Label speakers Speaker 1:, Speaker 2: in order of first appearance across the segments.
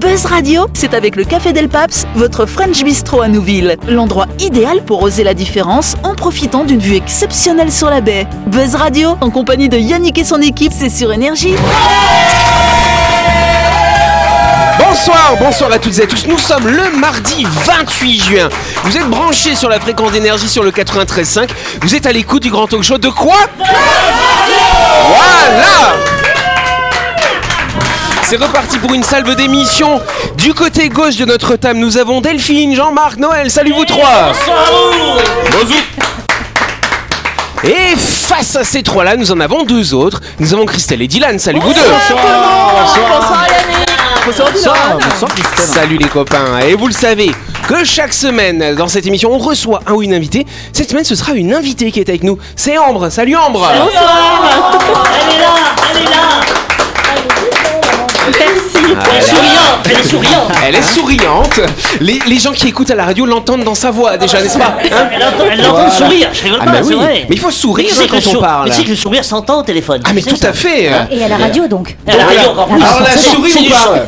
Speaker 1: Buzz Radio, c'est avec le Café Del Paps, votre French Bistro à Nouville. L'endroit idéal pour oser la différence en profitant d'une vue exceptionnelle sur la baie. Buzz Radio, en compagnie de Yannick et son équipe, c'est sur Énergie.
Speaker 2: Bonsoir, bonsoir à toutes et à tous. Nous sommes le mardi 28 juin. Vous êtes branchés sur la fréquence d'énergie sur le 93.5. Vous êtes à l'écoute du grand talk show de quoi Voilà c'est reparti pour une salve d'émissions. Du côté gauche de notre table, nous avons Delphine, Jean-Marc, Noël. Salut vous trois Et face à ces trois-là, nous en avons deux autres. Nous avons Christelle et Dylan. Salut vous deux Salut les copains, et vous le savez que chaque semaine dans cette émission on reçoit un ou une invitée. Cette semaine ce sera une invitée qui est avec nous, c'est Ambre. Salut Ambre
Speaker 3: Elle est là, elle est là. Merci. Elle est souriante, elle est souriante.
Speaker 2: Elle est souriante. Les, les gens qui écoutent à la radio l'entendent dans sa voix déjà, n'est-ce pas Hein
Speaker 3: Elle entend, elle entend le sourire, je rigole
Speaker 2: Ah
Speaker 3: pas,
Speaker 2: bah
Speaker 3: Ah bah c'est
Speaker 2: oui,
Speaker 3: vrai.
Speaker 2: mais il faut sourire
Speaker 3: tu sais
Speaker 2: hein,
Speaker 3: que le
Speaker 2: quand on
Speaker 3: sour-
Speaker 2: parle.
Speaker 3: Mais tu sais que le sourire s'entend au téléphone.
Speaker 2: Ah mais
Speaker 3: tu sais
Speaker 2: tout à
Speaker 3: ça.
Speaker 2: fait
Speaker 4: Et à la radio donc.
Speaker 3: Elle a raison, encore plus.
Speaker 2: Alors la
Speaker 3: C'est-
Speaker 2: souris
Speaker 3: c'est
Speaker 2: ou
Speaker 3: du
Speaker 2: pas
Speaker 3: sourire.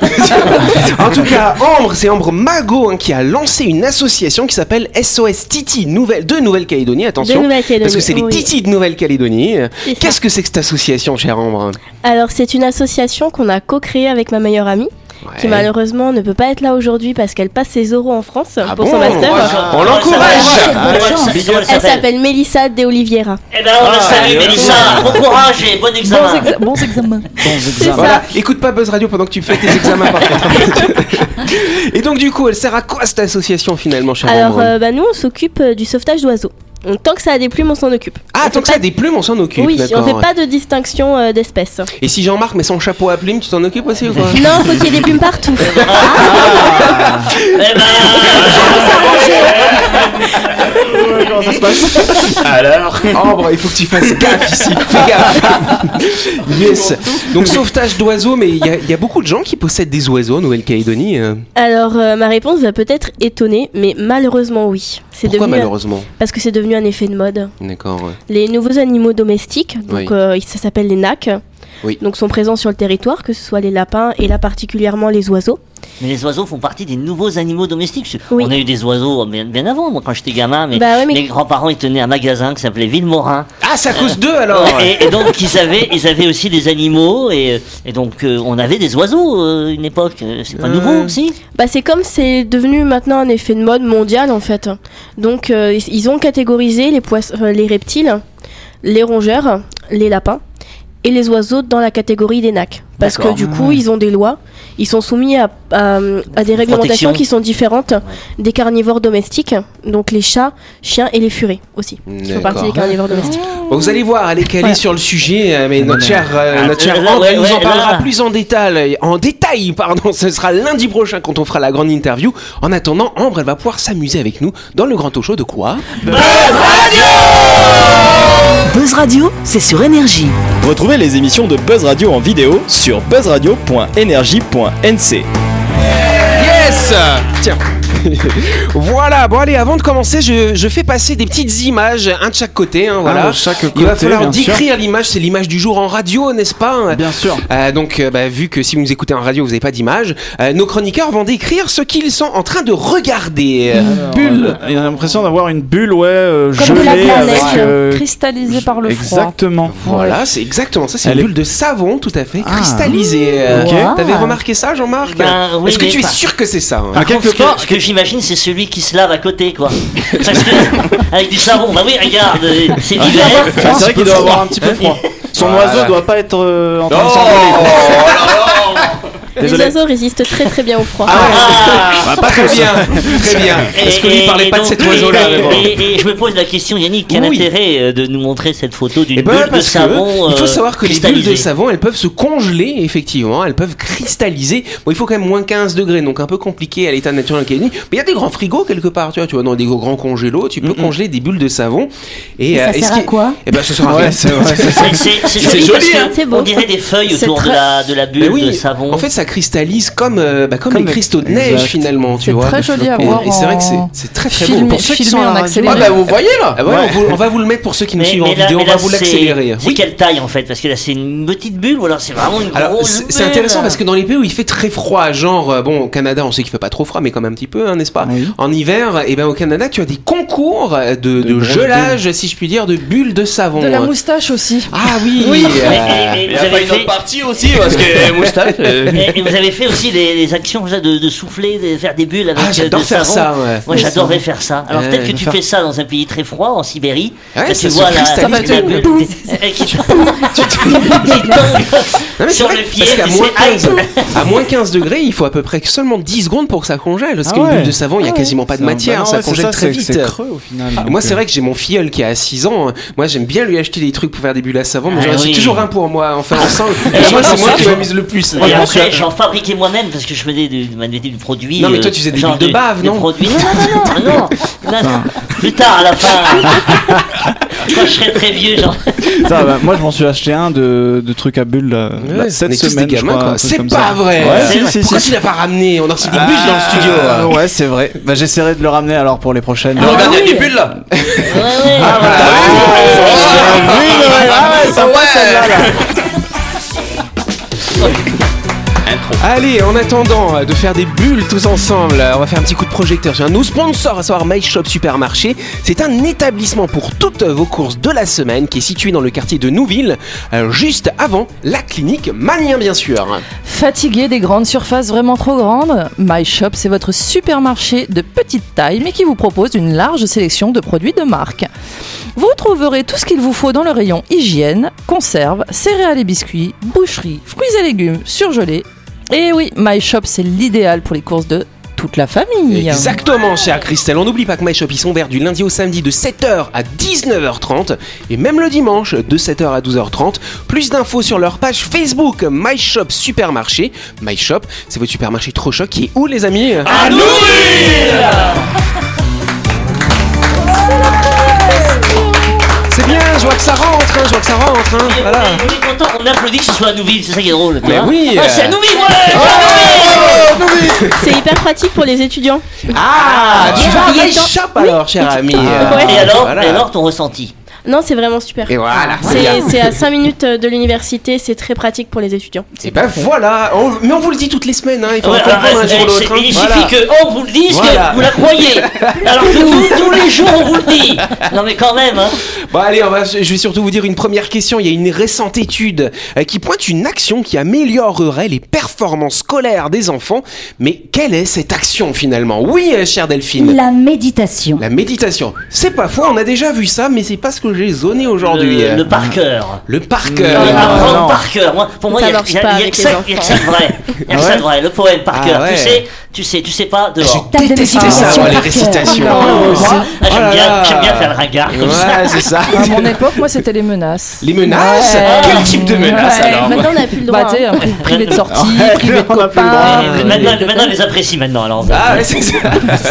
Speaker 2: En tout cas, Ambre, c'est Ambre Mago hein, qui a lancé une association qui s'appelle SOS Titi Nouvelle, de Nouvelle-Calédonie, attention.
Speaker 5: De Nouvelle-Calédonie,
Speaker 2: Parce que c'est les
Speaker 5: oui.
Speaker 2: Titi de Nouvelle-Calédonie.
Speaker 5: C'est ça.
Speaker 2: Qu'est-ce que c'est que cette association, chère Ambre
Speaker 5: Alors c'est une association qu'on a co-créée avec ma meilleure amie, qui
Speaker 2: Ouais.
Speaker 5: malheureusement ne peut pas être là aujourd'hui parce qu'elle passe ses oraux en France
Speaker 2: Ah
Speaker 5: pour
Speaker 2: bon
Speaker 5: son master.
Speaker 3: Ah,
Speaker 2: On l'encourage
Speaker 3: ça va,
Speaker 4: Bonne
Speaker 3: ça va,
Speaker 4: chance.
Speaker 3: ça va,
Speaker 5: Elle s'appelle Mélissa de Oliveira.
Speaker 3: Eh ben on la salue, Mélissa. Bon courage et bon examen.
Speaker 4: Bons examens.
Speaker 5: C'est
Speaker 2: Bah Voilà,
Speaker 5: ça.
Speaker 2: écoute pas Buzz Radio pendant que tu fais tes examens par contre. Et donc du coup, elle sert à quoi cette association finalement, chère
Speaker 5: Alors
Speaker 2: Ambre
Speaker 5: euh, bah, nous on s'occupe euh, du sauvetage d'oiseaux. Donc, Tant que ça a des plumes, on s'en occupe.
Speaker 2: Ah,
Speaker 5: On
Speaker 2: tant que
Speaker 5: fait
Speaker 2: ça a des plumes, on s'en
Speaker 5: pas-
Speaker 2: occupe.
Speaker 5: Oui, on
Speaker 2: d'accord,
Speaker 5: fait
Speaker 2: ouais.
Speaker 5: pas de distinction euh, d'espèces.
Speaker 2: Et si Jean-Marc met son chapeau à plumes, tu t'en occupes aussi ou quoi
Speaker 5: Non, faut qu'il y ait des plumes partout.
Speaker 3: Eh ben,
Speaker 6: Euh,
Speaker 2: Ambre, il faut que tu fasses gaffe ici, fais gaffe. yes. Donc sauvetage d'oiseaux, mais il y, a- il y a beaucoup de gens qui possèdent des oiseaux en Nouvelle-Calédonie. euh.
Speaker 5: Alors euh, ma réponse va peut-être étonner, mais malheureusement oui. C'est
Speaker 2: Pourquoi
Speaker 5: devenu un-
Speaker 2: malheureusement
Speaker 5: parce que c'est devenu un effet de mode.
Speaker 2: D'accord. ouais.
Speaker 5: Les nouveaux animaux domestiques, donc
Speaker 2: Oui.
Speaker 5: euh, ça s'appelle les nacs,
Speaker 2: Oui.
Speaker 5: donc sont présents sur le territoire, que ce soit les lapins et là particulièrement les oiseaux.
Speaker 3: Mais les oiseaux font partie des nouveaux animaux domestiques.
Speaker 5: Oui.
Speaker 3: On a eu des oiseaux bien, bien avant, moi, quand j'étais gamin. Mais,
Speaker 5: Bah ouais, mais-
Speaker 3: mes grands-parents, ils tenaient un magasin qui s'appelait Villemorin.
Speaker 2: Ah, c'est à cause d'eux alors
Speaker 3: Et, et donc, ils avaient, ils avaient aussi des animaux. Et, et donc, euh, on avait des oiseaux euh, une époque. Euh, C'est pas nouveau aussi
Speaker 5: Bah c'est comme c'est devenu maintenant un effet de mode mondial en fait. Donc euh, ils- ils ont catégorisé les poissons, euh, les reptiles, les rongeurs, les lapins et les oiseaux dans la catégorie des nacs. Parce que
Speaker 3: D'accord.
Speaker 5: du coup, ils ont des lois, ils sont soumis à, à- à des
Speaker 3: Protection.
Speaker 5: réglementations qui sont différentes des carnivores domestiques, donc les chats, chiens et les furets aussi, qui font
Speaker 2: D'accord.
Speaker 5: partie des carnivores domestiques.
Speaker 2: Bon, Vous allez voir, elle est calée sur le sujet, euh, mais notre chère, euh,
Speaker 3: Ah,
Speaker 2: notre chère
Speaker 3: euh, là,
Speaker 2: Ambre, elle
Speaker 3: ouais,
Speaker 2: nous en
Speaker 3: ouais,
Speaker 2: parlera
Speaker 3: là.
Speaker 2: plus en détail. En détail, pardon, ce sera lundi prochain quand on fera la grande interview. En attendant, Ambre, elle va pouvoir s'amuser avec nous dans le grand talk show de quoi
Speaker 1: Buzz Radio, c'est sur Énergie.
Speaker 6: Retrouvez les émissions de Buzz Radio en vidéo sur buzzradio.energie.nc.
Speaker 2: Yes Tiens. voilà, bon allez, avant de commencer, je, je fais passer des petites images, un de chaque côté. hein, voilà.
Speaker 7: Ah, de chaque
Speaker 2: Il va
Speaker 7: bah, côté,
Speaker 2: falloir
Speaker 7: bien sûr.
Speaker 2: décrire l'image, c'est l'image du jour en radio, n'est-ce pas
Speaker 7: Bien sûr.
Speaker 2: Euh, donc, euh, bah, vu que si vous nous écoutez en radio, vous n'avez pas d'image, euh, nos chroniqueurs vont décrire ce qu'ils sont en train de regarder.
Speaker 7: Bulle. Euh, Il a l'impression d'avoir une bulle, ouais, euh,
Speaker 4: Comme de la
Speaker 7: gelée
Speaker 4: glace,
Speaker 7: avec. euh,
Speaker 4: cristallisée par le froid.
Speaker 7: Exactement.
Speaker 2: Voilà, c'est exactement ça. C'est une
Speaker 7: Elle est-
Speaker 2: bulle de savon, tout à fait
Speaker 7: Ah.
Speaker 2: cristallisée. Euh,
Speaker 7: Ok.
Speaker 2: T'avais remarqué ça, Jean-Marc
Speaker 3: Ben, oui,
Speaker 2: Est-ce que
Speaker 3: mais
Speaker 2: tu es
Speaker 3: pas-
Speaker 2: sûr que c'est ça hein
Speaker 7: Ah,
Speaker 3: Par
Speaker 7: quelque
Speaker 3: contre, ce que-
Speaker 7: part-
Speaker 3: ce que j'imagine, c'est celui qui se lave à côté, quoi. Parce que, avec du savon, bah oui, regarde, euh, c'est l'hiver.
Speaker 7: Ah, c'est vrai qu'il doit avoir un petit peu froid. Son
Speaker 2: Voilà.
Speaker 7: oiseau doit pas être euh, en train de
Speaker 2: Oh
Speaker 7: s'envoler.
Speaker 5: Les oiseaux résistent très très bien au froid.
Speaker 3: Ah.
Speaker 7: Bah,
Speaker 2: Ah, Très bien, très bien. Est-ce que
Speaker 3: Et-
Speaker 2: lui
Speaker 3: et-
Speaker 2: parlait
Speaker 3: et
Speaker 2: pas de
Speaker 3: donc-
Speaker 2: cet oiseau-là
Speaker 3: et,
Speaker 2: mais bon.
Speaker 3: et- et je me pose la question, Yannick, quel
Speaker 2: Oui.
Speaker 3: intérêt euh, de nous montrer cette photo d'une
Speaker 2: Eh ben,
Speaker 3: bulle de
Speaker 2: parce que
Speaker 3: savon
Speaker 2: il faut
Speaker 3: euh,
Speaker 2: savoir que les bulles de
Speaker 3: cristallisée
Speaker 2: savon, elles peuvent se congeler, effectivement, elles peuvent cristalliser. Bon, il faut quand même moins 15 degrés, donc un peu compliqué à l'état naturel en Calédonie. Mais il y a des grands frigos quelque part, tu vois, tu vois, dans des grands congélos, tu peux congeler des bulles de savon. Et,
Speaker 4: Et ça
Speaker 2: euh, est-ce
Speaker 4: sert à
Speaker 2: qu'il-
Speaker 4: quoi
Speaker 2: Eh ben, ça sert à
Speaker 7: Ouais,
Speaker 2: rien.
Speaker 7: c'est vrai.
Speaker 3: C'est- C'est c'est
Speaker 2: C'est
Speaker 3: joli,
Speaker 2: joli,
Speaker 3: parce
Speaker 5: hein.
Speaker 3: que
Speaker 5: C'est beau.
Speaker 3: on dirait des feuilles
Speaker 5: C'est
Speaker 3: autour de
Speaker 5: très-
Speaker 3: la, de la bulle
Speaker 2: Ben oui,
Speaker 3: de savon.
Speaker 2: En fait, ça cristallise comme, euh, bah, comme,
Speaker 7: Comme
Speaker 2: les
Speaker 7: les-
Speaker 2: cristaux de neige
Speaker 7: Exact.
Speaker 2: finalement, tu
Speaker 4: C'est
Speaker 2: vois.
Speaker 4: très joli à
Speaker 2: Et,
Speaker 4: voir.
Speaker 2: et c'est vrai que c'est-
Speaker 4: en-
Speaker 2: c'est très très beau.
Speaker 4: filmé-
Speaker 2: Pour ceux qui
Speaker 4: filmé
Speaker 2: sont à
Speaker 4: en
Speaker 2: la radio,
Speaker 4: accéléré.
Speaker 2: ah bah, vous voyez là Ah ouais,
Speaker 7: Ouais.
Speaker 2: on, vous- on va vous le mettre pour ceux qui nous suivent en
Speaker 3: là-
Speaker 2: vidéo, on
Speaker 3: là,
Speaker 2: va vous
Speaker 3: c'est-
Speaker 2: l'accélérer. hein.
Speaker 3: C'est
Speaker 2: Oui.
Speaker 3: quelle taille en fait Parce que là, c'est une petite bulle ou alors c'est vraiment une
Speaker 2: Alors,
Speaker 3: grosse
Speaker 2: c'est
Speaker 3: bulle
Speaker 2: c'est intéressant parce que dans les pays où il fait très froid, genre, euh, bon, au Canada, on sait qu'il fait pas trop froid, mais quand même un petit peu, hein, n'est-ce pas
Speaker 7: Oui.
Speaker 2: En hiver, et ben, au Canada, tu as des concours euh, de, de,
Speaker 7: grosses
Speaker 2: gelage, si je puis dire, de bulles de savon.
Speaker 8: De la moustache aussi.
Speaker 2: ah oui,
Speaker 3: Et-
Speaker 2: euh,
Speaker 3: et- et vous avez fait-
Speaker 6: partie aussi parce que euh, moustache.
Speaker 3: et- et vous avez fait aussi des, des actions comme ça de, de souffler, de faire des bulles avec
Speaker 2: Ah,
Speaker 3: euh,
Speaker 2: j'adore
Speaker 3: de
Speaker 2: faire
Speaker 3: savon.
Speaker 2: ça, ouais.
Speaker 3: Moi, j'adorais faire ça. Alors
Speaker 2: Ouais,
Speaker 3: peut-être que tu
Speaker 2: faire-
Speaker 3: fais ça dans un pays très froid, en Sibérie.
Speaker 2: Ouais, ça
Speaker 3: Là, tu
Speaker 2: se
Speaker 3: vois la,
Speaker 2: cristallise
Speaker 3: la
Speaker 2: tout.
Speaker 3: bulle qui- qui- qui tombe
Speaker 2: Non, mais c'est
Speaker 3: sur
Speaker 2: vrai,
Speaker 3: le pied.
Speaker 2: parce qu'à
Speaker 3: c'est-
Speaker 2: moins,
Speaker 3: aïe.
Speaker 2: 15, à moins 15 degrés, il faut à peu près seulement 10 secondes pour que ça congèle. Parce
Speaker 7: Ah
Speaker 2: qu'une
Speaker 7: ouais.
Speaker 2: bulle de savon, il n'y a quasiment pas de matière, hein, ça congèle très vite.
Speaker 7: bah Ah C'est creux au final.
Speaker 2: Et moi, c'est vrai que j'ai mon filleul qui a 6 ans. Moi, j'aime bien lui acheter des trucs pour faire des bulles à savon, mais
Speaker 3: Ah
Speaker 2: j'en
Speaker 3: oui.
Speaker 2: ai toujours un pour moi, enfin ensemble.
Speaker 3: Et
Speaker 2: Et moi, c'est
Speaker 3: j'en
Speaker 2: moi
Speaker 3: sais,
Speaker 2: qui
Speaker 3: j'en-
Speaker 2: m'amuse le plus.
Speaker 3: Et après, j'en fabriquais moi-même parce que je faisais du, ma- du produit. euh,
Speaker 2: Non, mais toi, tu faisais des
Speaker 3: genre
Speaker 2: bulles de
Speaker 3: du-
Speaker 2: bave,
Speaker 3: des
Speaker 2: non
Speaker 3: produits. Non, non, non, non, non, non, non. Plus tard, à la fin. Quand je serai très vieux, genre.
Speaker 7: Ça, bah, moi, je m'en suis acheté un de, de trucs à bulles là,
Speaker 2: Ouais, on
Speaker 7: là, Bah, cette
Speaker 2: est tous
Speaker 7: semaine.
Speaker 2: des
Speaker 7: je
Speaker 2: gamins,
Speaker 7: crois,
Speaker 2: quoi.
Speaker 7: un truc
Speaker 2: C'est
Speaker 7: comme
Speaker 2: pas
Speaker 7: ça.
Speaker 2: vrai.
Speaker 7: Ouais,
Speaker 2: C'est
Speaker 7: si,
Speaker 2: vrai.
Speaker 7: si,
Speaker 2: Pourquoi
Speaker 7: si.
Speaker 2: tu l'as pas ramené On a reçu des bulles dans le studio.
Speaker 7: Ah, ouais, c'est vrai. Bah, j'essaierai de le ramener alors pour les prochaines.
Speaker 2: Ah,
Speaker 6: Non, regarde, il y a des bulles là.
Speaker 3: Ouais, ouais.
Speaker 2: bah,
Speaker 7: oui, Noël, ah ouais, ça va, celle-là, là.
Speaker 2: Allez, en attendant euh, de faire des bulles tous ensemble, euh, on va faire un petit coup de projecteur sur un nouveau sponsor, à savoir My Shop Supermarché. C'est un établissement pour toutes vos courses de la semaine qui est situé dans le quartier de Nouville, euh, juste avant la clinique Manien, bien sûr.
Speaker 8: Fatigué des grandes surfaces vraiment trop grandes, My Shop, c'est votre supermarché de petite taille, mais qui vous propose une large sélection de produits de marque. Vous trouverez tout ce qu'il vous faut dans le rayon hygiène, conserves, céréales et biscuits, boucherie, fruits et légumes, surgelés. Et oui, My Shop, c'est l'idéal pour les courses de toute la famille.
Speaker 2: Exactement, chère Christelle. On n'oublie pas que My Shop, ils sont ouverts du lundi au samedi de 7h à 19h30 et même le dimanche de 7h à 12h30. Plus d'infos sur leur page Facebook My Shop Supermarché. My Shop, c'est votre supermarché trop choc qui est où, les amis À C'est bien, je vois que ça rentre, hein, je vois que ça rentre. hein,
Speaker 3: Ah,
Speaker 2: voilà.
Speaker 3: On est content, on applaudit que ce soit à Nouville, c'est ça qui est drôle. tu
Speaker 2: Mais
Speaker 3: vois.
Speaker 2: oui,
Speaker 3: Ah,
Speaker 2: euh.
Speaker 3: c'est à Nouville, ouais, c'est à Nouville
Speaker 5: C'est hyper pratique pour les étudiants.
Speaker 2: Ah, tu
Speaker 5: Yeah,
Speaker 2: vas à
Speaker 5: il est
Speaker 2: My
Speaker 5: temps.
Speaker 2: Shop alors, cher ami. Euh,
Speaker 5: Ouais.
Speaker 3: Et alors,
Speaker 2: Voilà.
Speaker 3: et alors ton ressenti
Speaker 5: Non, c'est vraiment super.
Speaker 2: Et
Speaker 4: Ah,
Speaker 2: voilà, c'est bien.
Speaker 5: C'est c'est à 5 minutes euh, de l'université, c'est très pratique pour les étudiants.
Speaker 2: Et ben voilà, on- mais on vous le dit toutes les semaines, hein, il faut
Speaker 3: Ouais,
Speaker 2: le comprendre
Speaker 3: alors,
Speaker 2: un jour ou
Speaker 3: euh,
Speaker 2: l'autre.
Speaker 3: c'est-
Speaker 2: hein.
Speaker 3: Il
Speaker 2: Voilà.
Speaker 3: suffit que on vous le dise,
Speaker 2: Voilà.
Speaker 3: que vous la croyez. Alors que vous, tous les jours, on vous le dit. Non mais quand même, hein.
Speaker 2: Bon Bah, allez, on va, je vais surtout vous dire une première question. Il y a une récente étude euh, qui pointe une action qui améliorerait les performances scolaires des enfants. Mais quelle est cette action finalement Oui, euh, chère Delphine.
Speaker 4: La méditation.
Speaker 2: La méditation. C'est pas faux, on a déjà vu ça, mais c'est pas ce que j'ai zoné aujourd'hui.
Speaker 3: Euh,
Speaker 2: euh,
Speaker 3: le, le par cœur.
Speaker 2: Le par
Speaker 3: Non,
Speaker 2: cœur.
Speaker 3: mais apprendre
Speaker 7: non.
Speaker 3: par cœur. Moi, pour moi,
Speaker 5: Ça
Speaker 3: il y a,
Speaker 5: marche
Speaker 3: il y a-
Speaker 5: pas
Speaker 3: il y a
Speaker 5: avec
Speaker 3: que ça,
Speaker 5: les
Speaker 3: il y a que ça de vrai. Il y a que ça de vrai. Le poème par
Speaker 2: Ah
Speaker 3: cœur.
Speaker 2: ouais. Ah,
Speaker 3: Tu sais, tu sais, tu sais pas dehors.
Speaker 2: J'ai détesté ça,
Speaker 4: méditation Oh,
Speaker 2: moi, les
Speaker 4: par cœur.
Speaker 2: récitations.
Speaker 3: Ah, j'aime
Speaker 2: Oh là
Speaker 3: bien,
Speaker 2: là.
Speaker 3: j'aime bien faire le regard comme ça.
Speaker 2: Ouais, c'est ça.
Speaker 8: À mon époque, moi, c'était les menaces.
Speaker 2: Les menaces
Speaker 8: Ouais.
Speaker 2: Quel type de menaces
Speaker 8: Ouais.
Speaker 2: alors
Speaker 5: Maintenant, on n'a plus le droit. hein.
Speaker 8: Bah, tu sais, pri- privé de sortie,
Speaker 7: Ouais,
Speaker 8: privé de
Speaker 7: on a plus le
Speaker 8: copains.
Speaker 3: Mais
Speaker 8: privé
Speaker 3: Maintenant,
Speaker 8: de-
Speaker 3: maintenant, on les apprécie maintenant. Alors,
Speaker 2: Ah ouais, c'est ça.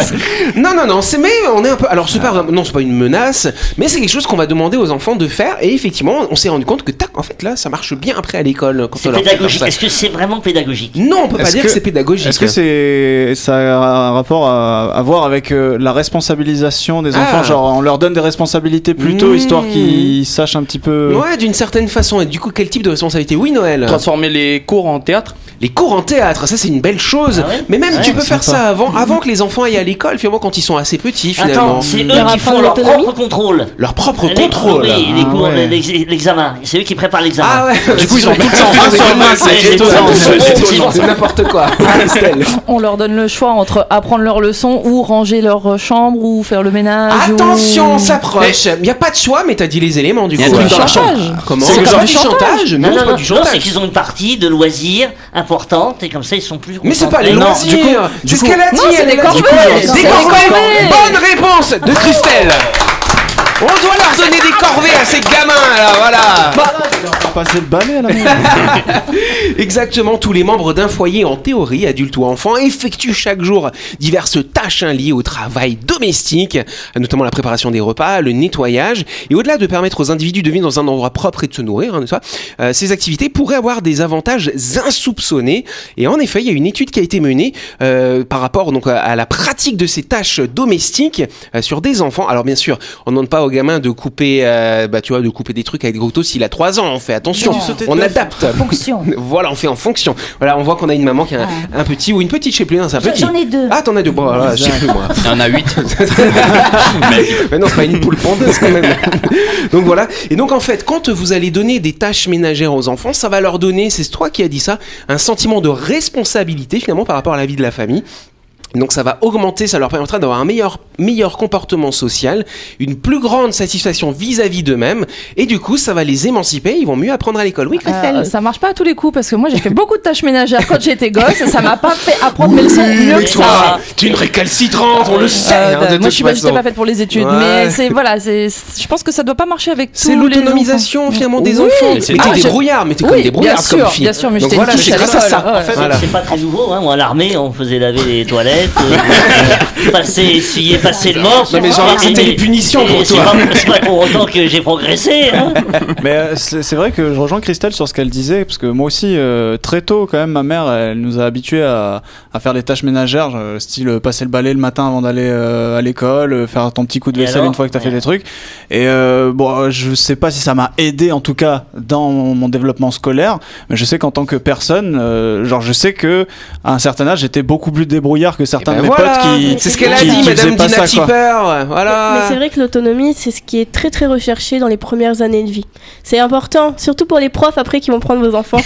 Speaker 2: non non non, c'est mais on est un peu alors c'est pas vraiment- non, c'est pas une menace, mais c'est quelque chose qu'on va demander aux enfants de faire et effectivement, on s'est rendu compte que tac en fait là, ça marche bien après à l'école quand
Speaker 3: c'est
Speaker 2: on leur fait
Speaker 3: pédagogique.
Speaker 2: faire
Speaker 3: Est-ce
Speaker 2: ça.
Speaker 3: que c'est vraiment pédagogique
Speaker 2: Non, on peut pas
Speaker 7: Est-ce
Speaker 2: dire que,
Speaker 7: que-
Speaker 2: c'est pédagogique.
Speaker 7: Est-ce que c'est ça a un rapport à, à voir avec euh, la responsabilisation des
Speaker 2: Ah.
Speaker 7: enfants Genre on leur donne des responsabilités plus tôt
Speaker 8: Hmm.
Speaker 2: Mmh.
Speaker 7: histoire qu'ils sachent un petit peu.
Speaker 2: Ouais, d'une certaine façon. Et du coup, quel type de responsabilité Oui, Noël.
Speaker 9: Transformer les cours en théâtre
Speaker 2: Les cours en théâtre, ça c'est une belle chose.
Speaker 3: Ah ouais
Speaker 2: Mais même
Speaker 3: Ouais,
Speaker 2: tu peux
Speaker 7: c'est
Speaker 2: faire
Speaker 7: sympa.
Speaker 2: ça avant, avant que les enfants aillent à l'école, finalement quand ils sont assez petits finalement.
Speaker 3: Attends, c'est
Speaker 5: Leur
Speaker 3: eux qui
Speaker 5: apprendre
Speaker 3: font leur
Speaker 5: l'autonomie
Speaker 3: propre contrôle.
Speaker 2: Leur propre
Speaker 3: Les-
Speaker 2: contrôle.
Speaker 3: Oui, les
Speaker 7: Ah
Speaker 3: cours,
Speaker 7: ouais.
Speaker 3: l'ex- l'examen. C'est eux qui préparent l'examen.
Speaker 2: Ah
Speaker 3: Ah
Speaker 2: ouais. Du coup, ils ont tout le temps
Speaker 3: Ouais,
Speaker 2: C'est
Speaker 3: c'est
Speaker 2: étonnant.
Speaker 3: étonnant.
Speaker 2: C'est étonnant. C'est n'importe quoi. Christelle.
Speaker 8: On leur donne le choix entre apprendre leurs leçons ou ranger leur euh, chambre ou faire le ménage. ou-
Speaker 2: Attention, on s'approche. Il n'y a pas de choix, mais t'as dit les éléments du
Speaker 9: Y a un
Speaker 2: coup.
Speaker 9: truc
Speaker 8: dans la
Speaker 2: Chantage.
Speaker 8: chambre.
Speaker 2: Comment
Speaker 8: C'est
Speaker 2: C'est
Speaker 8: quand
Speaker 2: pas
Speaker 8: même
Speaker 2: du
Speaker 8: du
Speaker 2: chantage. Non,
Speaker 3: Non,
Speaker 2: c'est
Speaker 3: non,
Speaker 2: pas
Speaker 3: non,
Speaker 2: du
Speaker 3: non, c'est
Speaker 2: chantage.
Speaker 3: qu'ils ont une partie de loisirs importante et comme ça ils sont plus.
Speaker 2: Mais c'est pas
Speaker 3: concentrés.
Speaker 2: les
Speaker 7: Non, du coup-
Speaker 2: loisirs.
Speaker 7: du
Speaker 2: C'est ce
Speaker 7: coup-
Speaker 2: qu'elle a dit.
Speaker 8: Non, c'est
Speaker 2: elle
Speaker 8: des
Speaker 2: a dit.
Speaker 8: corvées.
Speaker 2: Des
Speaker 8: C'est des
Speaker 2: corvées.
Speaker 8: corvées.
Speaker 2: Bonne réponse de Christelle. On doit leur donner des corvées à ces gamins là, voilà.
Speaker 7: On va passer le balai à la maison.
Speaker 2: Exactement, tous les membres d'un foyer, en théorie, adultes ou enfants, effectuent chaque jour diverses tâches hein, liées au travail domestique, notamment la préparation des repas, le nettoyage, et au-delà de permettre aux individus de vivre dans un endroit propre et de se nourrir, hein, n'est-ce pas, euh, ces activités pourraient avoir des avantages insoupçonnés. Et en effet, il y a une étude qui a été menée euh, par rapport donc à- à la pratique de ces tâches domestiques euh, sur des enfants. Alors bien sûr, on ne demande pas aux gamins de couper, euh, bah, tu vois, de couper des trucs avec des couteaux s'il a 3 ans. On fait attention,
Speaker 4: Non.
Speaker 2: on adapte.
Speaker 4: Fonction.
Speaker 2: Voilà, on fait en fonction. Voilà, on voit qu'on a une maman qui a un, un petit ou une petite, je sais plus, non, c'est un
Speaker 4: Je-
Speaker 2: petit.
Speaker 4: J'en ai deux.
Speaker 2: Ah, t'en as deux. Bon, voilà, je sais plus moi.
Speaker 6: Il y en a 8.
Speaker 2: Mais non, c'est pas une poule pendeuse quand même. donc voilà. Et donc en fait, quand vous allez donner des tâches ménagères aux enfants, ça va leur donner, c'est toi qui as dit ça, un sentiment de responsabilité finalement par rapport à la vie de la famille. Donc ça va augmenter, ça leur permettra d'avoir un meilleur, meilleur comportement social, une plus grande satisfaction vis-à-vis d'eux-mêmes, et du coup ça va les émanciper, ils vont mieux apprendre à l'école. Oui, Christelle
Speaker 8: Euh, ça marche pas à tous les coups parce que moi j'ai fait beaucoup de tâches ménagères quand j'étais gosse et ça m'a pas fait apprendre mes leçons
Speaker 2: Mmh,
Speaker 8: mieux que ça.
Speaker 2: tu es une récalcitrante, on le sait.
Speaker 8: Euh,
Speaker 2: hein, de
Speaker 8: moi
Speaker 2: toute
Speaker 8: je suis pas, j'étais
Speaker 2: façon.
Speaker 8: pas faite pour les études,
Speaker 2: Ouais.
Speaker 8: mais c'est voilà, c'est, c'est- je pense que ça doit pas marcher avec
Speaker 2: C'est
Speaker 8: tous les
Speaker 2: l'autonomisation
Speaker 8: enfants.
Speaker 2: finalement des
Speaker 8: Oui.
Speaker 2: enfants.
Speaker 6: Mais c'est-
Speaker 2: Mais
Speaker 8: Ah,
Speaker 2: t'es
Speaker 8: je-
Speaker 2: débrouillard, mais t'es
Speaker 8: Oui,
Speaker 2: comme débrouillard
Speaker 8: bien
Speaker 2: comme
Speaker 8: sûr,
Speaker 2: fille.
Speaker 8: bien sûr, mais
Speaker 2: Donc
Speaker 8: j'étais
Speaker 2: voilà,
Speaker 8: une fille
Speaker 2: c'est grâce à
Speaker 8: seule.
Speaker 2: ça.
Speaker 8: Ouais.
Speaker 3: C'est-
Speaker 2: Voilà.
Speaker 3: C'est pas très nouveau, hein. Moi, à l'armée, on faisait laver les toilettes, euh, euh, passer, essuyer, passer le mort.
Speaker 2: Non, mais j'ai envie que c'était les punitions pour
Speaker 3: C'est
Speaker 2: toi.
Speaker 3: pas, c'est pas pour autant que j'ai progressé. Hein.
Speaker 7: Mais euh, c'est c'est vrai que je rejoins Christelle sur ce qu'elle disait, parce que moi aussi, euh, très tôt, quand même, ma mère, elle nous a habitués à, à faire des tâches ménagères, euh, style euh, passer le balai le matin avant d'aller euh, à l'école, euh, faire ton petit coup de
Speaker 3: Et
Speaker 7: vaisselle
Speaker 3: alors
Speaker 7: une fois que t'as fait
Speaker 3: Ouais.
Speaker 7: des trucs. Et euh, bon, euh, je sais pas si ça m'a aidé, en tout cas, dans mon, mon développement scolaire, mais je sais qu'en tant que personne, euh, genre, je sais que à un certain âge, j'étais beaucoup plus débrouillard que certains
Speaker 2: Ben
Speaker 7: de mes
Speaker 2: voilà,
Speaker 7: potes qui.
Speaker 2: C'est ce qu'elle a
Speaker 7: qui-
Speaker 2: dit,
Speaker 7: qui
Speaker 2: Madame
Speaker 7: faisaient pas
Speaker 2: Dina
Speaker 7: ça, quoi.
Speaker 2: Tipper.
Speaker 8: euh,
Speaker 5: Mais c'est
Speaker 2: Voilà.
Speaker 5: vrai que l'autonomie, c'est ce qui est très très recherché dans les premières années de vie. C'est important, surtout pour les profs après qui vont prendre vos enfants.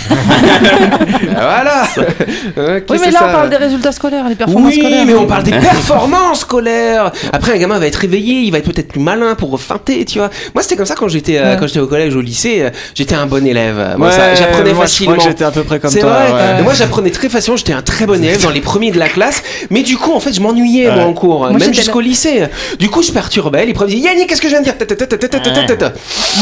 Speaker 2: Ah, Voilà. Ok,
Speaker 8: Oui, mais
Speaker 2: c'est
Speaker 8: là
Speaker 2: ça.
Speaker 8: on parle des résultats scolaires, les performances
Speaker 2: Oui,
Speaker 8: scolaires.
Speaker 2: mais on parle des performances scolaires. Après, un gamin va être réveillé, il va être peut-être plus malin pour feinter, tu vois. Moi, c'était comme ça quand j'étais euh,
Speaker 8: Ouais.
Speaker 2: quand j'étais au collège, au lycée, euh, j'étais un bon élève. Ah, Moi,
Speaker 7: Ouais,
Speaker 2: ça, j'apprenais
Speaker 7: moi, Je
Speaker 2: facilement.
Speaker 7: crois que j'étais à peu près comme
Speaker 2: C'est
Speaker 7: toi.
Speaker 2: vrai.
Speaker 7: ouais.
Speaker 2: Et Moi, j'apprenais très facilement. J'étais un très bon élève dans les premiers de la classe. Mais du coup, en fait, je m'ennuyais moi, en cours, même
Speaker 8: j'étais
Speaker 2: jusqu'au lycée. Du coup, je perturbais. Les profs disaient Yannick, qu'est-ce que je viens de dire Ta, ta, ta, ta, ta, ta, ta, ta, ta.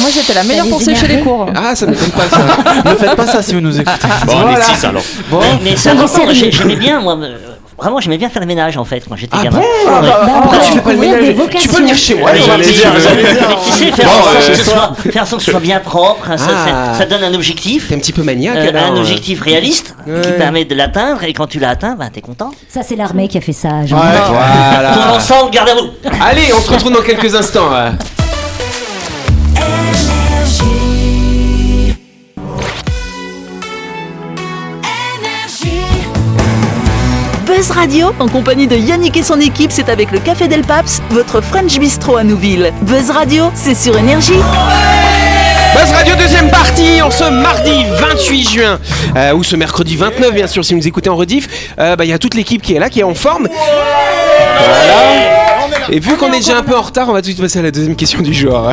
Speaker 8: Moi j'étais la meilleure
Speaker 4: les
Speaker 8: pour sécher les
Speaker 4: énervait.
Speaker 8: cours.
Speaker 2: Ah, ça m'étonne pas ça.
Speaker 7: ne faites pas ça si vous nous écoutez.
Speaker 6: Bon, on
Speaker 2: Voilà.
Speaker 6: est 6 alors.
Speaker 2: Bon.
Speaker 3: Mais, mais ça,
Speaker 4: Mais
Speaker 3: par contre,
Speaker 4: sérieux.
Speaker 3: j'ai- j'aimais bien, moi. euh, Vraiment, j'aimais bien faire le ménage en fait quand j'étais
Speaker 2: Ah
Speaker 3: gamin.
Speaker 2: bon Ah, bah, Pourquoi tu fais pas le
Speaker 4: découvrir
Speaker 2: ménage
Speaker 4: des
Speaker 2: Tu
Speaker 4: vocations.
Speaker 2: peux venir chez moi.
Speaker 3: Ouais,
Speaker 2: les
Speaker 3: j'allais
Speaker 2: gentils.
Speaker 3: dire,
Speaker 6: j'allais
Speaker 3: Mais tu sais, faire,
Speaker 6: Bon,
Speaker 3: en sorte
Speaker 6: euh,
Speaker 3: que ce soit, faire en sorte que ce soit bien propre, hein, ça,
Speaker 2: Ah.
Speaker 3: ça- ça donne un objectif.
Speaker 2: T'es un petit peu maniaque.
Speaker 3: euh,
Speaker 2: alors,
Speaker 3: un
Speaker 2: euh.
Speaker 3: objectif réaliste qui
Speaker 2: Ouais.
Speaker 3: permet de l'atteindre et quand tu l'as atteint, ben t'es content.
Speaker 9: Ça, c'est l'armée qui a fait ça. Jean.
Speaker 6: Ah.
Speaker 3: Tout
Speaker 2: Voilà.
Speaker 3: l'ensemble, garde à vous.
Speaker 2: Allez, on se retrouve dans quelques instants. euh.
Speaker 1: Buzz Radio, en compagnie de Yannick et son équipe, c'est avec le Café Del Paps, votre French Bistro à Nouville. Buzz Radio, c'est sur Énergie.
Speaker 2: Buzz Radio deuxième partie en ce mardi 28 juin euh, ou ce mercredi 29 bien sûr si vous nous écoutez en rediff euh, bah, il y a toute l'équipe qui est là qui est en forme
Speaker 6: Ah,
Speaker 2: Voilà. et vu qu'on est déjà un peu en retard on va tout de suite passer à la deuxième question du jour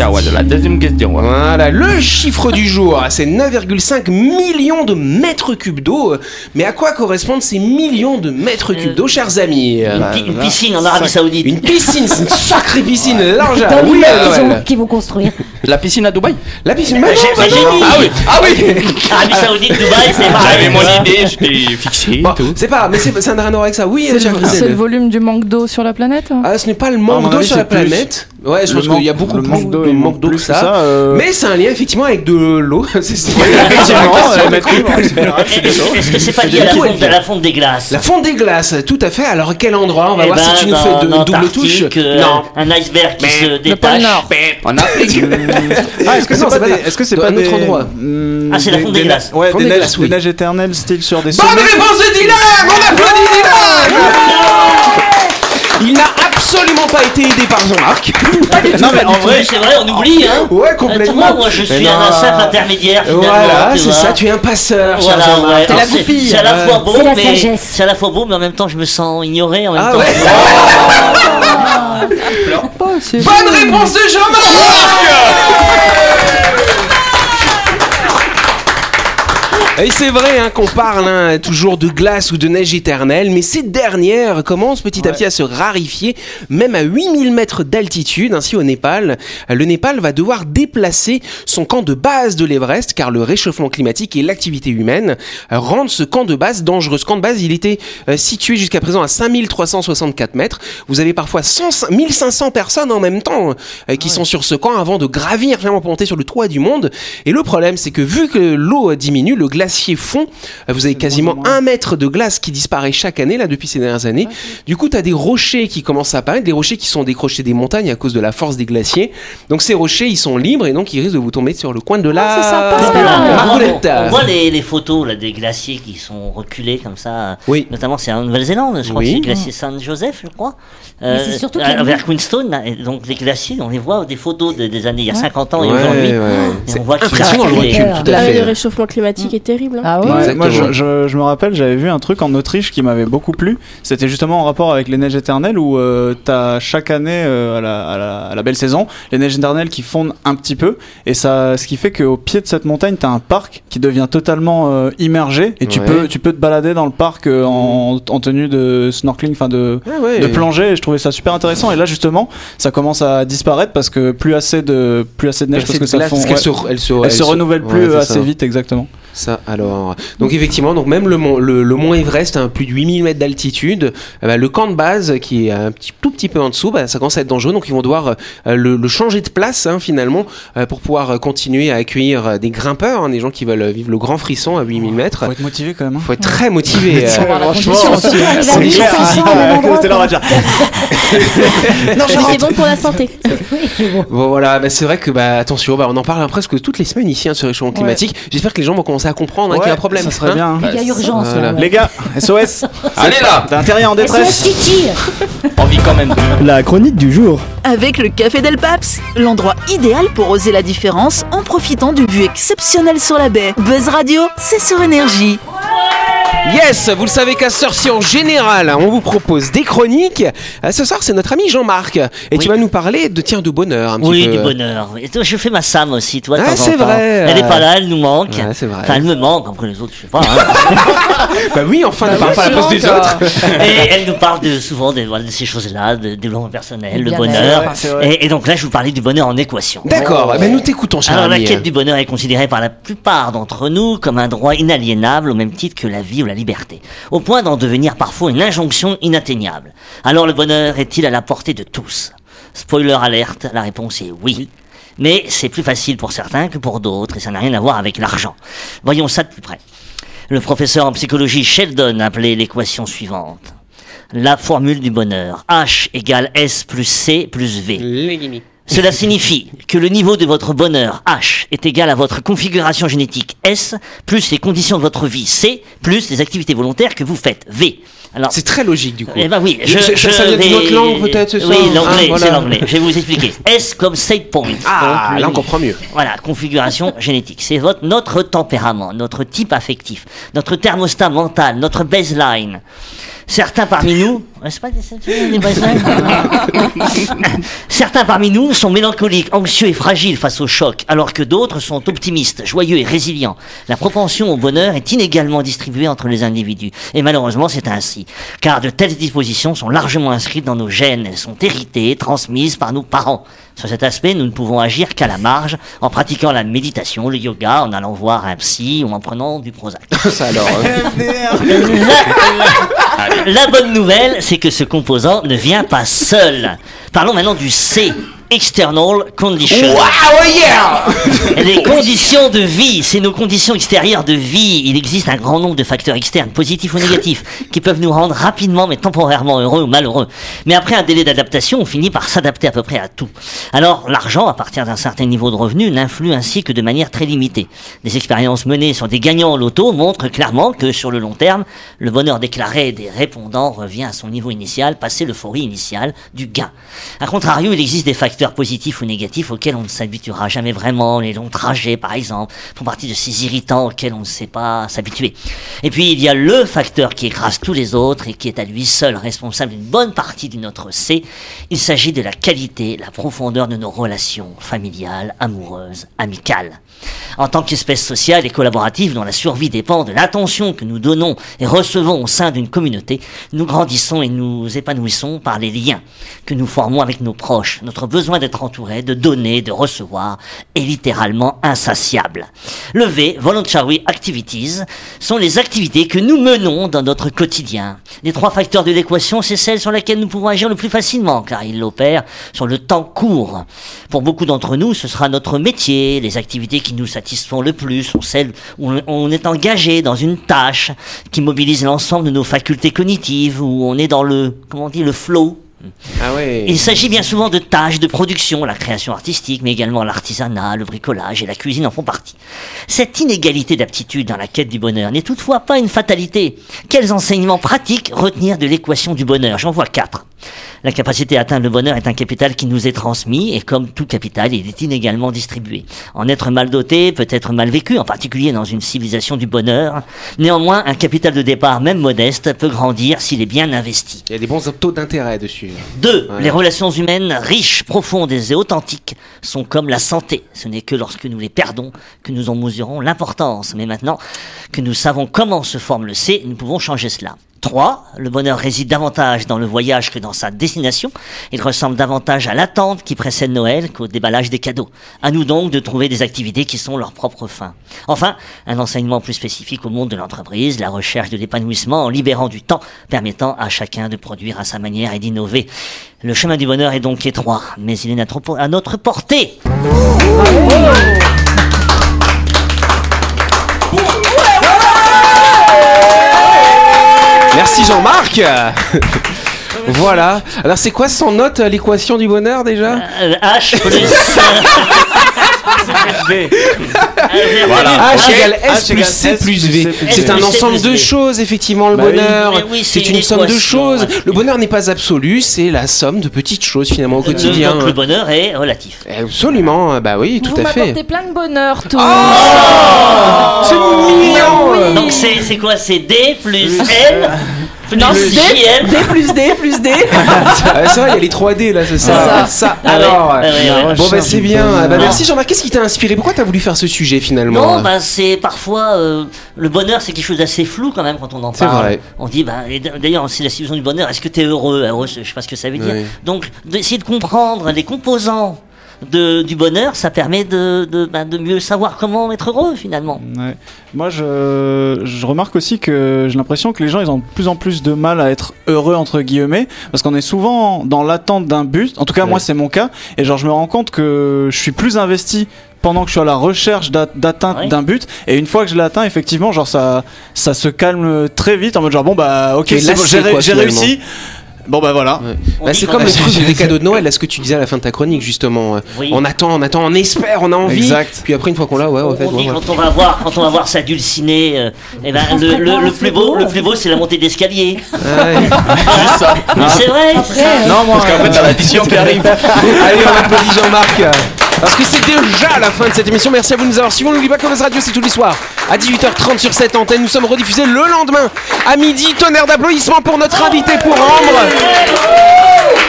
Speaker 6: Ah ouais, de la deuxième question. ouais.
Speaker 2: voilà le chiffre du jour ah, c'est 9,5 millions de mètres cubes d'eau mais à quoi correspondent ces millions de mètres cubes d'eau chers amis
Speaker 3: Ah, Une, pi- une piscine en Arabie Saoudite.
Speaker 2: une piscine c'est une sacrée piscine large à-
Speaker 9: Dans
Speaker 2: Ah, oui,
Speaker 9: l'immeuble
Speaker 2: ouais,
Speaker 9: qu'ils ont-
Speaker 2: ouais.
Speaker 9: qu'ils vont construire.
Speaker 6: La piscine à Dubaï
Speaker 2: la piscine
Speaker 3: Mais
Speaker 2: mais non,
Speaker 3: j'ai-
Speaker 2: bah
Speaker 3: mais j'ai
Speaker 2: non.
Speaker 3: dit.
Speaker 2: ah oui ah oui
Speaker 3: Arabie Saoudite, Dubaï, c'est
Speaker 6: J'avais
Speaker 3: pareil.
Speaker 6: mon idée, j'étais fixé.
Speaker 2: Bon, c'est pas, grave, mais c'est c'est un rapport avec ça. Oui,
Speaker 8: C'est
Speaker 2: Jack
Speaker 8: le,
Speaker 2: Rizal.
Speaker 8: c'est le volume du manque d'eau sur la planète hein
Speaker 2: Ah, ce n'est pas le
Speaker 7: À mon
Speaker 2: manque d'eau
Speaker 7: avis,
Speaker 2: sur la
Speaker 7: c'est plus
Speaker 2: planète. Ouais, je
Speaker 7: Le
Speaker 2: pense qu'il y a
Speaker 7: manque-
Speaker 2: beaucoup
Speaker 7: le
Speaker 2: plus
Speaker 7: manque d'eau,
Speaker 2: de
Speaker 7: il
Speaker 2: manque d'eau que
Speaker 7: plus
Speaker 2: ça.
Speaker 7: euh,
Speaker 2: Mais c'est un lien effectivement avec de l'eau. C'est- c'est-
Speaker 7: effectivement, euh,
Speaker 2: la
Speaker 7: mettre libre, c'est pas grave,
Speaker 3: Est-ce
Speaker 7: c'est d'accord.
Speaker 3: que- est-ce que c'est pas
Speaker 2: C'est
Speaker 3: lié à la
Speaker 2: tout,
Speaker 3: fonte,
Speaker 2: Elvire.
Speaker 3: à la fonte des glaces
Speaker 2: fonte des glaces, tout à fait. Alors quel endroit On va
Speaker 3: Eh
Speaker 2: voir
Speaker 3: ben,
Speaker 2: si tu nous
Speaker 3: dans-
Speaker 2: fais de
Speaker 3: dans
Speaker 2: double touche.
Speaker 3: l'Antarctique, euh,
Speaker 2: Non.
Speaker 3: Un iceberg qui se
Speaker 8: Le pôle
Speaker 3: détache.
Speaker 8: Nord.
Speaker 6: En Afrique
Speaker 7: Ah, est-ce que
Speaker 2: Non,
Speaker 7: c'est
Speaker 2: c'est
Speaker 7: pas
Speaker 2: pas
Speaker 7: des-
Speaker 2: là.
Speaker 7: est-ce que c'est
Speaker 2: Dans
Speaker 7: pas
Speaker 2: un autre
Speaker 7: des-
Speaker 2: endroit.
Speaker 7: Hmm,
Speaker 3: Ah, c'est la fonte des glaces.
Speaker 7: Ouais,
Speaker 2: Fonte
Speaker 7: des
Speaker 2: des
Speaker 7: neiges,
Speaker 2: glaces, oui.
Speaker 7: des neiges éternelles, style sur des
Speaker 2: Bonne
Speaker 7: sommets.
Speaker 2: réponse de Dylan On applaudit Dylan Il n'a absolument pas été aidé par Jean-Marc.
Speaker 7: Non, mais en vrai,
Speaker 3: Oui, c'est vrai, on oublie, hein.
Speaker 2: Ouais,
Speaker 3: Attends,
Speaker 2: complètement.
Speaker 3: moi, moi, je suis
Speaker 2: Mais non.
Speaker 3: un simple intermédiaire. Finalement,
Speaker 2: Voilà,
Speaker 3: Ah, tu
Speaker 2: c'est
Speaker 3: vois.
Speaker 2: ça, tu es un passeur, cher
Speaker 3: Voilà,
Speaker 2: Jean-Marc.
Speaker 3: ouais.
Speaker 2: T'es la
Speaker 3: C'est-
Speaker 2: goupille.
Speaker 3: C'est à la fois beau,
Speaker 9: C'est la
Speaker 3: mais
Speaker 9: sagesse.
Speaker 3: c'est à la fois beau, mais en même temps, je me sens ignoré. En même
Speaker 2: Ah
Speaker 3: temps,
Speaker 2: ouais. Ah, Bonne réponse de Jean-Marc Et c'est vrai hein, qu'on parle hein, toujours de glace ou de neige éternelle, mais ces dernières commencent petit à petit à se rarifier, même à 8000 mètres d'altitude, ainsi au Népal. Le Népal va devoir déplacer son camp de base de l'Everest, car le réchauffement climatique et l'activité humaine euh, rendent ce camp de base dangereux. Ce camp de base, il était euh, situé jusqu'à présent à 5364 mètres. Vous avez parfois 100 1500 personnes en même temps euh, qui sont sur ce camp avant de gravir, finalement, pour monter sur le toit du monde. Et le problème, c'est que vu que l'eau euh, diminue, le glacier fond, euh, vous avez quasiment un mètre de glace qui disparaît chaque année, là, depuis ces dernières années. Du coup, tu as des rochers qui commencent à apparaître, des rochers qui sont décrochés des montagnes à cause de la force des glaciers. Donc, ces rochers, ils sont libres et donc ils risquent de vous tomber sur le coin de la.
Speaker 4: c'est sympa.
Speaker 3: On voit-
Speaker 2: Margoulette.
Speaker 3: Ah, On voit les, les photos là, des glaciers qui sont reculés comme ça.
Speaker 2: Oui.
Speaker 3: Notamment, c'est en Nouvelle-Zélande, je crois
Speaker 2: Oui.
Speaker 3: que c'est le glacier Saint-Joseph, je crois. Euh,
Speaker 9: Mais c'est surtout qu'il y
Speaker 3: à-
Speaker 9: a-
Speaker 3: vers Queenstone. là. Et donc, les glaciers, on les voit des photos de- des années il y a 50 ans et
Speaker 2: Ouais,
Speaker 3: aujourd'hui.
Speaker 2: ouais.
Speaker 3: Et on voit qu'ils
Speaker 2: Impressionnant le
Speaker 3: reculent.
Speaker 2: recul, tout à
Speaker 5: Là, Ah le
Speaker 2: fait.
Speaker 5: réchauffement climatique est terrible. hein.
Speaker 4: Ah ouais
Speaker 7: Ouais, moi,
Speaker 2: Exactement.
Speaker 7: je, je- je me rappelle, j'avais vu un truc en Autriche qui m'avait beaucoup plu. C'était justement en rapport avec les neiges éternelles où euh, t'as chaque année euh, à, la, à la- à la belle saison les neiges éternelles qui fondent un petit peu et ça, ce qui fait qu'au pied de cette montagne t'as un parc qui devient totalement euh, immergé et tu
Speaker 2: Ouais.
Speaker 7: peux tu peux te balader dans le parc euh, en, en tenue de snorkeling, enfin de
Speaker 2: Ah ouais.
Speaker 7: de plongée et je trouvais ça super intéressant et là justement ça commence à disparaître parce que plus assez de plus assez de neige parce que ça
Speaker 2: Parce
Speaker 7: fond
Speaker 2: qu'elle
Speaker 7: ouais.
Speaker 2: se, elle se,
Speaker 7: elle se renouvelle plus
Speaker 2: ouais, c'est
Speaker 7: assez
Speaker 2: ça.
Speaker 7: vite exactement
Speaker 2: Ça, alors. Donc, effectivement, donc même le mont, le, le mont Everest, à plus de 8000 mètres d'altitude, euh, bah, le camp de base, qui est un petit, tout petit peu en dessous, bah, ça commence à être dangereux. Donc, ils vont devoir euh, le, le changer de place, hein, finalement, euh, pour pouvoir euh, continuer à accueillir euh, des grimpeurs, hein, des gens qui veulent euh, vivre le grand frisson à 8000 mètres.
Speaker 7: faut être motivé quand même hein.
Speaker 2: faut être très motivé. euh.
Speaker 4: Surtout arriver à
Speaker 7: C'est hein.
Speaker 4: 1500 au même endroit,
Speaker 7: C'est là, on va dire.
Speaker 5: Mais c'est bon pour la santé.
Speaker 2: Bon voilà, bah, c'est vrai que bah attention, bah, on en parle hein, presque toutes les semaines ici hein, sur le changement climatique. J'espère que les gens vont commencer à comprendre hein, qu'il y a un
Speaker 7: Ouais,
Speaker 2: problème.
Speaker 7: Ça serait
Speaker 2: hein.
Speaker 7: bien. hein.
Speaker 9: Il y a urgence. là,
Speaker 2: Voilà.
Speaker 9: ouais.
Speaker 7: Les gars, SOS.
Speaker 6: Allez là
Speaker 7: T'as intérêt en
Speaker 9: SOS
Speaker 7: détresse.
Speaker 9: Titi
Speaker 6: On vit quand même.
Speaker 10: La chronique du jour.
Speaker 1: Avec le Café Del Paps, l'endroit idéal pour oser la différence en profitant d'une vue exceptionnelle sur la baie. Buzz Radio, c'est sur énergie.
Speaker 2: Yes, vous le savez qu'à Sorcier en général, on vous propose des chroniques. Euh, Ce soir, c'est notre ami Jean-Marc et
Speaker 3: Oui.
Speaker 2: tu vas nous parler de tiens de bonheur un petit
Speaker 3: Oui,
Speaker 2: peu.
Speaker 3: du bonheur. Et toi, je fais ma Sam aussi, toi. de
Speaker 2: Ah,
Speaker 3: temps en
Speaker 2: c'est
Speaker 3: temps.
Speaker 2: vrai,
Speaker 3: Elle
Speaker 2: euh.
Speaker 3: n'est pas là, elle nous manque.
Speaker 2: Ouais, c'est vrai.
Speaker 3: Enfin, elle me manque, après les autres, je sais pas. hein.
Speaker 2: Bah oui, enfin, ne parle pas à la place des autres.
Speaker 3: et elle nous parle de- souvent de, voilà, de ces choses-là, de développement personnel, le
Speaker 8: Bien
Speaker 3: bonheur.
Speaker 8: sûr.
Speaker 7: C'est vrai.
Speaker 3: Et, et donc là, je vous parlais du bonheur en équation.
Speaker 2: D'accord, eh ben, nous t'écoutons, cher
Speaker 3: Oh. Alors la
Speaker 2: ami. euh,
Speaker 3: quête du bonheur est considérée par la plupart d'entre nous comme un droit inaliénable au même titre que la vie ou la liberté, au point d'en devenir parfois une injonction inatteignable. Alors le bonheur est-il à la portée de tous Spoiler alerte, la réponse est oui. Mais c'est plus facile pour certains que pour d'autres et ça n'a rien à voir avec l'argent. Voyons ça de plus près. Le professeur en psychologie Sheldon appelait l'équation suivante. La formule du bonheur. H égale S plus C plus V. Cela signifie que le niveau de votre bonheur H est égal à votre configuration génétique S plus les conditions de votre vie C plus les activités volontaires que vous faites V. Alors
Speaker 2: C'est très logique du coup.
Speaker 3: eh ben oui, je,
Speaker 2: Ça-
Speaker 3: je
Speaker 2: ça vient d'une
Speaker 3: vais-
Speaker 2: autre langue, peut-être, c'est ça
Speaker 3: Oui, l'anglais,
Speaker 2: Ah, voilà.
Speaker 3: c'est l'anglais. Je vais vous expliquer. S comme state point.
Speaker 2: Ah,
Speaker 3: Donc,
Speaker 2: là on
Speaker 3: le-
Speaker 2: comprend mieux.
Speaker 3: Voilà, configuration génétique. C'est votre notre tempérament, notre type affectif, notre thermostat mental, notre baseline. Certains parmi nous, Ouais, c'est pas des- c'est des baselines Certains parmi nous sont mélancoliques, anxieux et fragiles face au choc, alors que d'autres sont optimistes, joyeux et résilients. La propension au bonheur est inégalement distribuée entre les individus. Et malheureusement, c'est ainsi. Car de telles dispositions sont largement inscrites dans nos gènes. Elles sont héritées, transmises par nos parents. Sur cet aspect, nous ne pouvons agir qu'à la marge, en pratiquant la méditation, le yoga, en allant voir un psy ou en prenant du Prozac.
Speaker 2: Ça alors. euh,
Speaker 3: La bonne nouvelle, c'est que ce composant ne vient pas seul. Parlons maintenant du C. External condition.
Speaker 6: Ah,
Speaker 3: Les conditions de vie, c'est nos conditions extérieures de vie. Il existe un grand nombre de facteurs externes, positifs ou négatifs, qui peuvent nous rendre rapidement mais temporairement heureux ou malheureux. Mais après un délai d'adaptation, on finit par s'adapter à peu près à tout. Alors, l'argent, à partir d'un certain niveau de revenu, n'influe ainsi que de manière très limitée. Des expériences menées sur des gagnants en loto montrent clairement que sur le long terme, le bonheur déclaré des répondants revient à son niveau initial, passé l'euphorie initiale du gain. A contrario, il existe des facteurs facteurs positifs ou négatifs auxquels on ne s'habituera jamais vraiment. Les longs trajets, par exemple, font partie de ces irritants auxquels on ne sait pas s'habituer. Et puis, il y a le facteur qui écrase tous les autres et qui est à lui seul responsable d'une bonne partie de notre C. Il s'agit de la qualité, la profondeur de nos relations familiales, amoureuses, amicales. En tant qu'espèce sociale et collaborative dont la survie dépend de l'attention que nous donnons et recevons au sein d'une communauté, nous grandissons et nous épanouissons par les liens que nous formons avec nos proches. Notre besoin d'être entouré, de donner, de recevoir est littéralement insatiable. Le V, Voluntary Activities, sont les activités que nous menons dans notre quotidien. Les trois facteurs de l'équation, c'est celle sur laquelle nous pouvons agir le plus facilement, car ils l'opèrent sur le temps court. Pour beaucoup d'entre nous, ce sera notre métier, les activités qui nous satisfont le plus sont celles où on est engagé dans une tâche qui mobilise l'ensemble de nos facultés cognitives, où on est dans le, comment on dit, le flow,
Speaker 2: Ah ouais.
Speaker 3: il s'agit bien souvent de tâches de production, la création artistique, mais également l'artisanat, le bricolage et la cuisine en font partie. Cette inégalité d'aptitude dans la quête du bonheur n'est toutefois pas une fatalité. Quels enseignements pratiques retenir de l'équation du bonheur J'en vois quatre. La capacité à atteindre le bonheur est un capital qui nous est transmis et comme tout capital, il est inégalement distribué. En être mal doté peut être mal vécu, en particulier dans une civilisation du bonheur. Néanmoins, un capital de départ, même modeste, peut grandir s'il est bien investi.
Speaker 2: Il y a des bons taux d'intérêt dessus.
Speaker 3: Deux,
Speaker 2: Ouais.
Speaker 3: les relations humaines riches, profondes et authentiques sont comme la santé. Ce n'est que lorsque nous les perdons que nous en mesurons l'importance. Mais maintenant que nous savons comment se forme le C, nous pouvons changer cela. Trois, Le bonheur réside davantage dans le voyage que dans sa destination. Il ressemble davantage à l'attente qui précède Noël qu'au déballage des cadeaux. À nous donc de trouver des activités qui sont leur propre fin. Enfin, un enseignement plus spécifique au monde de l'entreprise, la recherche de l'épanouissement en libérant du temps, permettant à chacun de produire à sa manière et d'innover. Le chemin du bonheur est donc étroit, mais il est notre- à notre portée.
Speaker 2: Merci Jean-Marc Voilà. Alors c'est quoi sans note euh, l'équation du bonheur déjà
Speaker 3: Euh, H plus.
Speaker 6: Ah,
Speaker 2: H
Speaker 7: H
Speaker 2: égale
Speaker 7: égale
Speaker 2: S plus C plus V. C'est un
Speaker 3: S
Speaker 2: ensemble
Speaker 3: plus
Speaker 2: de
Speaker 3: V.
Speaker 2: choses, effectivement, le
Speaker 7: Bah oui.
Speaker 2: bonheur.
Speaker 3: Mais oui, c'est
Speaker 2: C'est
Speaker 3: une
Speaker 2: une somme de
Speaker 3: équation,
Speaker 2: choses.
Speaker 3: ouais.
Speaker 2: Le bonheur n'est pas absolu, c'est la somme de petites choses,
Speaker 3: Euh,
Speaker 2: finalement, au quotidien. Euh,
Speaker 3: Donc le bonheur est relatif.
Speaker 2: Absolument, bah oui, tout
Speaker 8: Vous
Speaker 2: à
Speaker 8: m'apportez
Speaker 2: fait. Ah
Speaker 8: plein de bonheur, tous.
Speaker 2: C'est mignon
Speaker 8: Oh, Oui.
Speaker 3: Donc c'est c'est quoi C'est D plus L plus JL.
Speaker 1: D plus D plus D.
Speaker 2: Ah, C'est vrai, il y a les 3D là, c'est ça.
Speaker 8: Ça.
Speaker 2: Ça,
Speaker 3: Ah ouais,
Speaker 2: alors.
Speaker 3: ouais, ouais, ouais.
Speaker 2: Bon, bah c'est bien. Ah, bah,
Speaker 3: bonheur.
Speaker 2: merci Jean-Marc. Qu'est-ce qui t'a inspiré Pourquoi t'as voulu faire ce sujet finalement
Speaker 3: Non, bah, c'est parfois euh, le bonheur, c'est quelque chose d'assez flou quand même quand on en
Speaker 2: C'est
Speaker 3: parle.
Speaker 2: vrai.
Speaker 3: On dit, bah, et d'ailleurs, c'est la situation du bonheur. Est-ce que t'es heureux Heureux, je sais pas ce que ça veut dire.
Speaker 2: Oui.
Speaker 3: Donc, d'essayer de comprendre les composants de, du bonheur, ça permet de, de, bah, de mieux savoir comment être heureux finalement.
Speaker 7: Ouais. Moi, je, je remarque aussi que j'ai l'impression que les gens, ils ont de plus en plus de mal à être heureux, entre guillemets, parce qu'on est souvent dans l'attente d'un but. En tout cas, moi,
Speaker 2: Ouais.
Speaker 7: c'est mon cas. Et genre, je me rends compte que je suis plus investi pendant que je suis à la recherche d'at- d'atteinte
Speaker 3: Ouais.
Speaker 7: d'un but. Et une fois que je l'atteins, effectivement, genre, ça, ça se calme très vite en mode genre, bon, bah, ok,
Speaker 2: Tu es
Speaker 7: c'est bon,
Speaker 2: lassé,
Speaker 7: j'ai ré-
Speaker 2: quoi,
Speaker 7: j'ai
Speaker 2: finalement.
Speaker 7: réussi. Bon, bah, voilà.
Speaker 2: Ouais.
Speaker 3: On
Speaker 2: Bah,
Speaker 3: dit
Speaker 2: c'est
Speaker 3: qu'on
Speaker 2: comme
Speaker 3: a-
Speaker 2: le truc des cadeaux de Noël, là, ce que tu disais à la fin de ta chronique, justement. euh,
Speaker 3: Oui.
Speaker 2: On attend, on attend, on espère, on a envie.
Speaker 7: Exact.
Speaker 2: Puis après, une fois qu'on l'a, ouais, en fait,
Speaker 3: on dit
Speaker 2: voilà.
Speaker 3: quand on va voir quand on va voir sa dulcinée euh, eh ben, le, le- le plus beau le plus beau c'est la montée d'escalier
Speaker 2: Ouais.
Speaker 3: Mais c'est vrai
Speaker 7: Non, moi,
Speaker 6: En fait, t'as l'addition qui arrive.
Speaker 2: Allez, on applaudit Jean-Marc. Parce que c'est déjà la fin de cette émission. Merci à vous de nous avoir suivis. On n'oublie pas Commerce Radio, c'est tous les soirs à 18h30 sur cette antenne. Nous sommes rediffusés le lendemain à midi. Tonnerre d'applaudissements pour notre invité pour Ambre.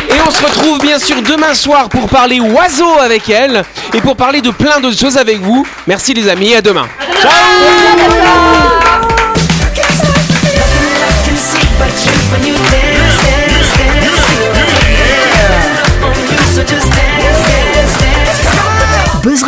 Speaker 2: Et on se retrouve bien sûr demain soir pour parler oiseaux avec elle et pour parler de plein d'autres choses avec vous. Merci les amis, à demain.
Speaker 1: Buzz